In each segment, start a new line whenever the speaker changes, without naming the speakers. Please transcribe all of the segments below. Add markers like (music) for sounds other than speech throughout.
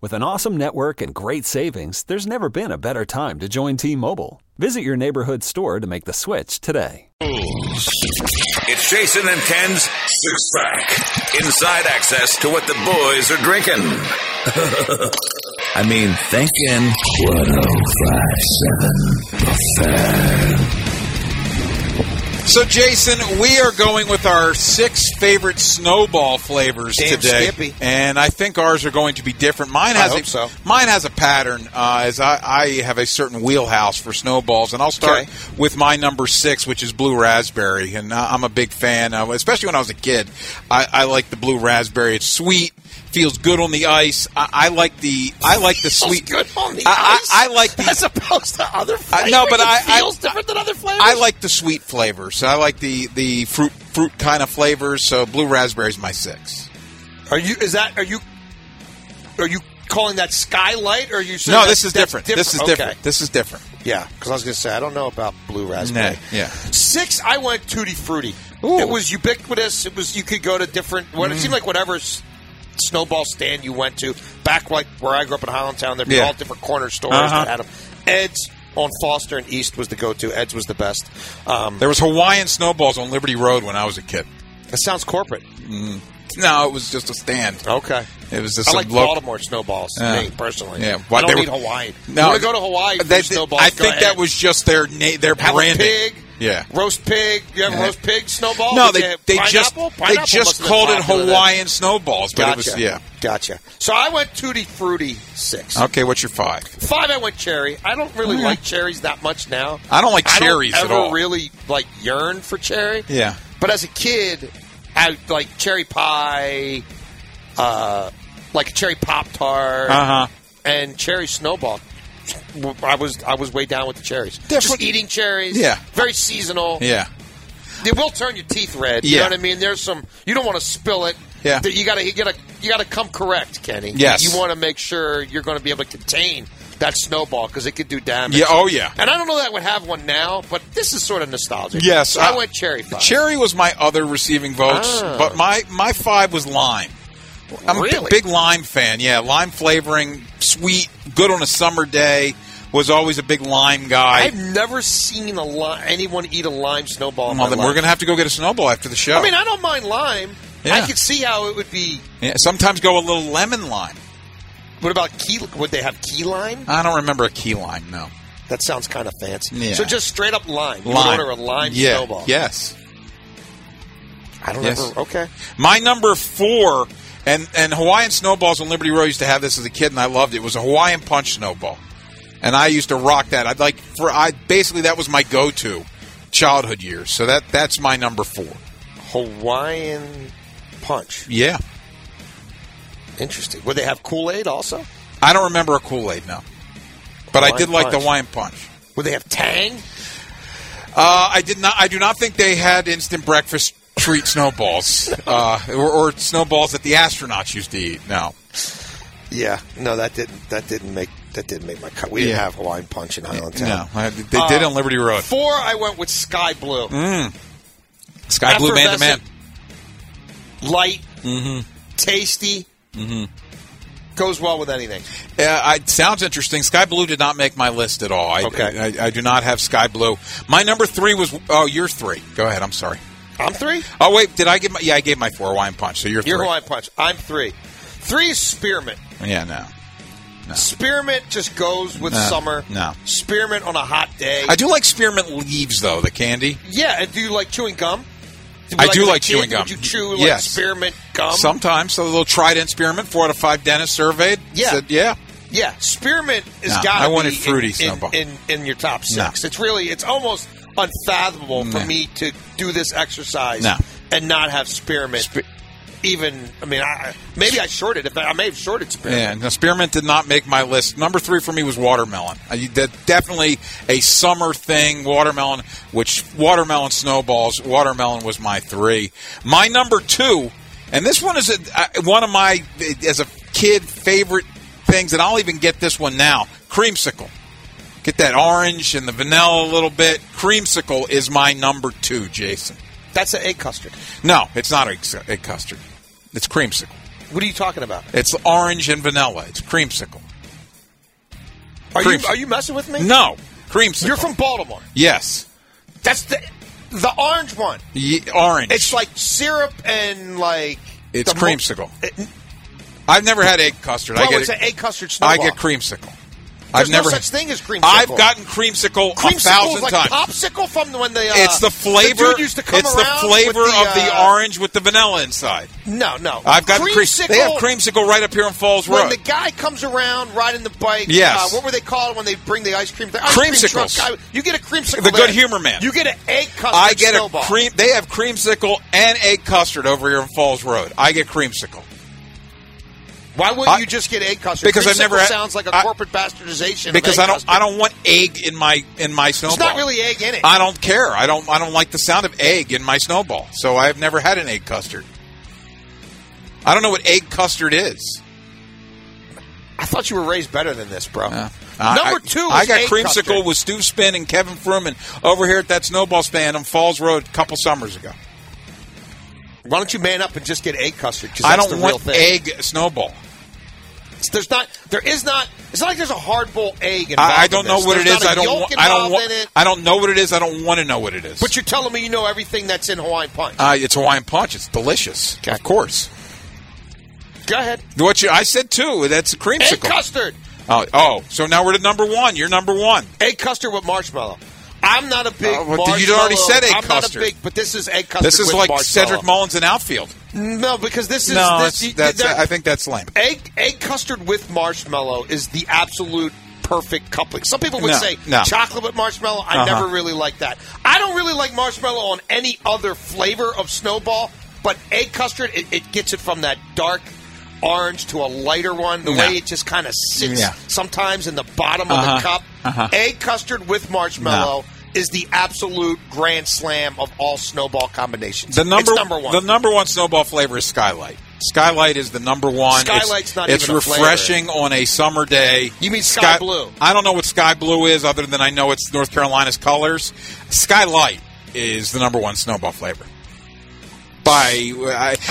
With an awesome network and great savings, there's never been a better time to join T Mobile. Visit your neighborhood store to make the switch today.
It's Jason and Ken's Six Pack. Inside access to what the boys are drinking. (laughs) I mean, thinking. 1057.
So, Jason, we are going with our six favorite snowball flavors
Damn
today,
Skippy.
and I think ours are going to be different. Mine has
hope
a
so.
mine has a pattern, uh, as I, I have a certain wheelhouse for snowballs, and I'll start
Okay.
with my number six, which is blue raspberry, and I- I'm a big fan. Of, especially when I was a kid, I, I like the blue raspberry. It's sweet, feels good on the ice. I, I like the I like the sweet.
good on the
I, I-
ice?
I like the
(laughs) as opposed to other
I-
flavors.
no, but
It
I- I-
feels different than other flavors.
I like the sweet flavors. I like the the fruit fruit kind of flavors. So blue raspberry's my six.
Are you? Is that? Are you? Are you calling that skylight? Or are you? saying
no,
that-
this is
that's
different. This is
Okay.
different. This is different.
Yeah, because I was going to say I don't know about blue raspberry.
Nah, yeah.
Six, I went tutti frutti.
Ooh.
It was ubiquitous. It was you could go to different. What it seemed like whatever s- snowball stand you went to back like where I grew up in Hollandtown, there'd be
Yeah.
all different corner stores that had them. Ed's on Foster and East was the go-to. Ed's was the best. Um,
There was Hawaiian snowballs on Liberty Road when I was a kid.
that sounds corporate.
No, it was just a stand.
Okay.
It was just
Oh. I
some
like
local-
Baltimore snowballs,
Yeah.
me personally.
Yeah.
I
Why-
don't
they
need
were-
Hawaii.
No.
you want to go to Hawaii for
That-
snowballs?
I
go
think
ahead.
that was just their na- their
Have a
branding.
pig,
Yeah.
roast pig. You have a
Yeah.
roast pig snowball?
No,
With
they,
the
they just
pineapple? Pineapple
they just
must have been
called it
popular then.
Hawaiian snowballs, but
Gotcha.
it was yeah.
Gotcha. So I went tutti frutti six.
Okay, what's your five?
Five, I went cherry. I don't really like cherries that much now.
I don't like cherries
I
at
don't ever
all.
Really like yearn for cherry.
Yeah.
But as a kid, I like cherry pie, uh, like a cherry pop tart,
Uh-huh.
and cherry snowball. I was I was way down with the cherries. Just
Different-
eating cherries.
Yeah.
Very seasonal.
Yeah.
They will turn your teeth red. You
Yeah.
know what I mean? There's some you don't want to spill it.
Yeah.
That You gotta you gotta you gotta come correct, Kenny.
Yes.
You want to make sure you're going to be able to contain that snowball because it could do damage.
Yeah, oh yeah.
And I don't know that I would have one now, but this is sort of nostalgic.
Yes,
So I,
uh,
went cherry pie.
Cherry was my other receiving votes,
Ah.
but my my five was lime. I'm a
Really?
big, big lime fan. Yeah, lime flavoring, sweet, good on a summer day. Was always a big lime guy.
I've never seen a li- anyone eat a lime snowball. in
well,
my
then we're
life.
gonna have to go get a snowball after the show.
I mean, I don't mind lime.
Yeah.
I could see how it would be.
Yeah, sometimes go a little lemon lime.
What about key? Would they have key lime?
I don't remember a key lime. No
That sounds kind of fancy.
Yeah.
So just straight up lime. You would
lime
order a lime
yeah.
snowball.
Yes,
I don't
Yes.
ever. Okay.
my number four. And, and Hawaiian snowballs on Liberty Road used to have this as a kid, and I loved it. It was a Hawaiian punch snowball, and I used to rock that. I'd like for I basically that was my go-to childhood years. So that that's my number four.
Hawaiian punch.
Yeah,
Interesting. Would they have Kool Aid also?
I don't remember a Kool Aid no, but I did
Hawaiian
like the
Punch.
Hawaiian punch.
Would they have Tang?
Uh, I did not. I do not think they had instant breakfast treat
(laughs)
snowballs uh, or, or snowballs that the astronauts used to eat. No.
Yeah. No, that didn't. That didn't make. That didn't make my cut. We didn't
Yeah.
have Hawaiian punch in Highland
No,
Town.
I- they did
Uh,
on Liberty Road.
Four, I went with Sky Blue.
Hmm? Sky Blue Man to Man.
light,
Mm-hmm.
tasty. Goes well with anything.
Yeah, I, sounds interesting. Sky Blue did not make my list at all. I,
Okay.
I, I, do not have Sky Blue. My number three was oh, you're three. Go ahead. I'm sorry.
I'm three.
Oh wait, did I give my? Yeah, I gave my four Hawaiian punch. So you're
You're
three.
Hawaiian punch. I'm three. Three is spearmint.
Yeah, no.
Spearmint just goes with
No,
summer.
no.
Spearmint on a hot day.
I do like spearmint leaves though. The candy.
yeah, and do you like chewing gum?
I do
as a
like
kid,
chewing gum.
Would you chew like
Yes.
spearmint gum?
Sometimes so a little trident spearmint. Four out of five dentists surveyed.
Yeah.
said, yeah.
Yeah, spearmint has
No,
got.
I wanted
be in-
fruity
in,
snowball.
in, in, your top six.
No.
It's really, it's almost unfathomable
Nah.
for me to do this exercise
No.
and not have spearmint. even, I mean, I, maybe I shorted it. I may have shorted
Yeah,
spearmint.
no, spearmint did not make my list. Number three for me was watermelon. I, that definitely a summer thing. Watermelon, which watermelon snowballs. Watermelon was my three. My number two, and this one is a, I- one of my uh, as a kid favorite things, and I'll even get this one now. Creamsicle. Get that orange and the vanilla a little bit. Creamsicle is my number two, Jason.
That's an egg custard.
No, it's not egg, egg custard. It's creamsicle.
What are you talking about?
It's orange and vanilla. It's creamsicle.
Are you,
Creamsicle.
are you messing with me?
No, creamsicle.
You're from Baltimore.
yes,
That's the the orange one.
Ye- orange.
It's like syrup and like
It's
the mo-
creamsicle.
It-
I've never had egg custard. I
Bro,
get
it's
it-
an egg custard snowball.
I get creamsicle.
There's
I've never
no such thing as creamsicle.
I've gotten creamsicle, a
creamsicle
thousand
is like
times.
popsicle from when the uh,
it's the flavor.
dude used to come
it's
around
the flavor
with
of the
uh,
orange with the vanilla inside.
No, no.
I've got
creamsicle.
They have creamsicle right up here on Falls
When
Road.
the guy comes around riding the bike,
Yes.
uh, what were they called when they bring the ice cream? The ice cream truck
Creamsicles.
guy- you get a creamsicle.
The
there.
Good Humor Man.
You get an egg custard
I get
snowball.
a cream. They have creamsicle and egg custard over here on Falls Road. I get creamsicle.
Why wouldn't
I-
you just get egg custard?
because I've
Creamsicle
never had-
sounds like a
I-
corporate bastardization. of
because
egg
I don't
custard.
I don't want egg in my in my snowball.
There's not really egg in it.
I don't care. I don't I don't like the sound of egg in my snowball. So I've never had an egg custard. I don't know what egg custard is.
I thought you were raised better than this, bro.
Uh,
Number
I-
two,
I
is
got
egg
creamsicle
custard.
with Stu Spin and Kevin Fruman over here at that snowball stand on Falls Road a couple summers ago.
Why don't you man up and just get egg custard? 'Cause
I
that's
don't
the real
want
thing.
egg snowball.
There's not. There is not. It's not like there's a hard boiled egg. Involved
I, I
in
don't know
this.
what it
There's
is.
not a
I don't.
yolk
Want, I don't
involved
want.
in it.
I don't know what it is. I don't want to know what it is.
But you're telling me you know everything that's in Hawaiian punch.
uh, it's Hawaiian punch. It's delicious.
Okay.
Of course.
Go ahead.
What you? I said too. That's a
Egg
creamsicle.
custard.
Oh, oh, so now we're to number one. You're number one.
Egg custard with marshmallow. I'm not a big.
Oh, well, did- you'd already
marshmallow-
said egg
I'm
custard.
not a big, but this is egg custard.
This is
with
like
marshmallow.
Cedric Mullins in outfield.
No, because this is
no,
this,
that's, that's,
they're-
I think that's lame.
egg egg custard with marshmallow is the absolute perfect coupling. Some people would
No,
say
no.
chocolate with marshmallow. I
Uh-huh.
never really like that. I don't really like marshmallow on any other flavor of snowball, but egg custard it, it gets it from that dark orange to a lighter one. The
No.
way it just kind of sits
Yeah.
sometimes in the bottom of
Uh-huh.
the cup.
Uh-huh.
Egg custard with marshmallow. Is the absolute grand slam of all snowball combinations.
The number,
it's number one.
the number one snowball flavor is Skylight. Skylight is the number one. It's-
Skylight's not
It's
even a flavor.
refreshing on a summer day.
You mean Sky Blue.
I don't know what Sky Blue is, other than I know it's North Carolina's colors. Skylight is the number one snowball flavor. By I,
I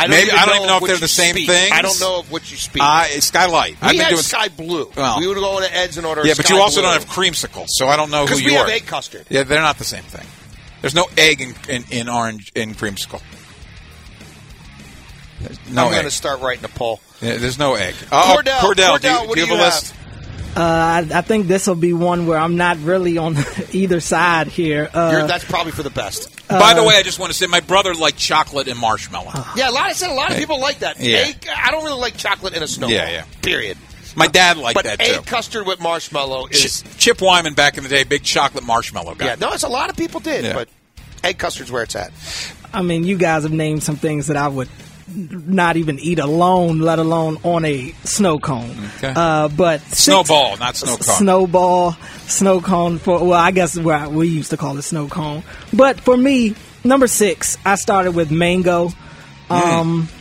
don't
maybe
even
I don't
know
even know
of
if they're
what
the
you
same
speak.
thing.
I don't know of what you speak.
Uh, it's Skylight.
We
I've been
had
doing
sky blue.
Well.
we would go to Ed's and order.
Yeah,
sky
but you also
blue.
don't have creamsicle, so I don't know who
'Cause
you
we
are.
have egg custard.
Yeah, they're not the same thing. There's no egg in, in, in orange in creamsicle. There's No
I'm going to
egg.
start writing a poll.
Yeah, there's no egg. Oh,
Cordell,
do you,
Cordell, what
do you have
do
a
you
list?
Uh, I, I think this will be one where I'm not really on (laughs) either side here.
You're,
Uh,
that's probably for the best.
By the way, I just want to say my brother liked chocolate and marshmallow.
Yeah, a lot. I said a lot of people like that.
Yeah.
Egg, I don't really like chocolate in a snowball.
Yeah, yeah.
Period.
my dad liked
but
that
egg
too.
custard with marshmallow is.
Ch- Chip Wyman back in the day, big chocolate marshmallow guy.
Yeah, no, it's a lot of people did,
Yeah.
but egg custard's where it's at.
I mean, you guys have named some things that I would not even eat alone, let alone on a snow cone.
Okay.
Uh, but six-
Snowball, not snow cone.
Snowball, snow cone. For well, I guess where I, we used to call it snow cone. But for me, number six, I started with mango. Um,
Mm.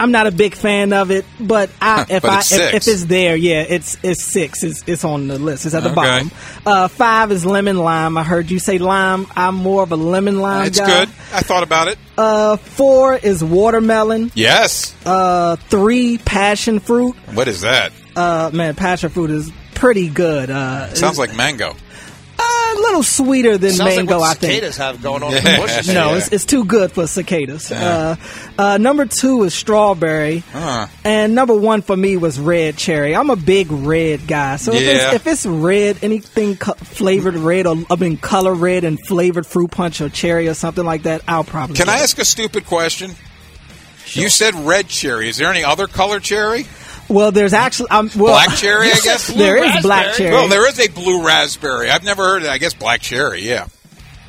I'm not a big fan of it, but I, if
but
I
it's
if,
six.
if it's there, yeah, it's it's six. It's, it's on the list. It's at the
Okay.
bottom. Uh, five is lemon lime. I heard you say lime. I'm more of a lemon lime
it's
guy.
good. I thought about it.
Uh, Four is watermelon.
yes.
uh, Three, passion fruit.
what is that?
Uh, man, passion fruit is pretty good. Uh,
Sounds like mango.
a little sweeter than
Sounds
mango,
like what
I think.
cicadas have going on in the bushes.
No,
Yeah.
it's, it's too good for cicadas. Uh, uh, number two is strawberry,
Huh.
and number one for me was red cherry. I'm a big red guy, so if,
Yeah.
it's, if it's red, anything co- flavored red or I mean color red and flavored fruit punch or cherry or something like that, I'll probably.
Can
get
I
it.
ask a stupid question? You said red cherry. Is there any other color cherry?
Well, there's actually um, well,
Black
(laughs)
cherry, I guess?
there is black
raspberry.
cherry.
Well, there is a blue raspberry. I've never heard of it. I guess black cherry, yeah.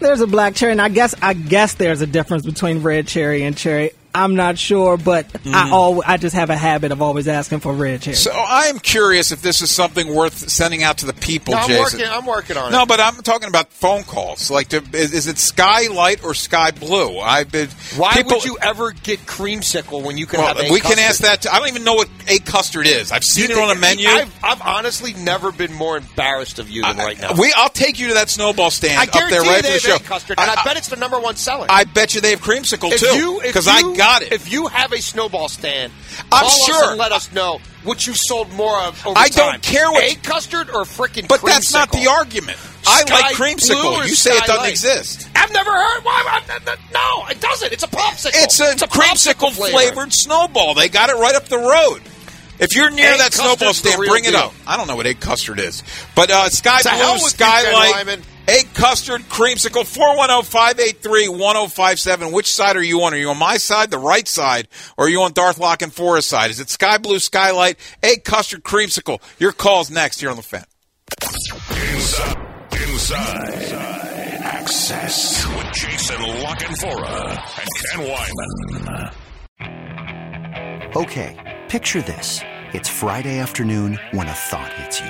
There's a black cherry, and I guess I guess there's a difference between red cherry and cherry. I'm not sure, but I al- I just have a habit of always asking for red cherry.
So oh, I am curious if this is something worth sending out to the people,
No, I'm
Jason.
working. I'm working on it.
No, but I'm talking about phone calls. Like, to, is, is it sky light or sky blue? I've been.
Why
people-
would you ever get creamsicle when you can
Well,
have? A
we
custard?
can ask that. To, I don't even know what a custard is. I've seen it on a menu.
I've, I've honestly never been more embarrassed of you than right now.
we, I'll take you to that snowball stand
I
up there
guarantee
right after
they
the
have
show.
egg custard, and I, bet it's the number one seller.
I bet you they have creamsicle
if
too.
you, if
Because I
you-
got it.
If you have a snowball stand,
I'm
call us
sure.
and let us know what you sold more of. Over
I don't
time.
care what-
egg custard or freaking.
but that's not
creamsicle?
the argument. I
Sky
like
blue or
creamsicle. You say it
sky
doesn't
light?
exist.
I've never heard. Why? I, no, it doesn't. It's a popsicle.
It's a, creamsicle
popsicle flavor.
flavored snowball. They got it right up the road. If you're near
Egg
that snowball
custard's the
stand,
real
bring it
deal.
up. I don't know what egg custard is, but uh, sky
To hell
blue,
with you, Ken
skylight,
Wyman.
egg custard, creamsicle. oh, 410-583-1057. Which side are you on? Are you on my side, the right side, or are you on Darth Lock and Forrest's side? Is it sky blue, skylight, egg custard, creamsicle? Your call's next here on the fan.
Inside, inside access with Jason Lockenfora and Ken Wyman.
Okay, picture this. It's Friday afternoon when a thought hits you.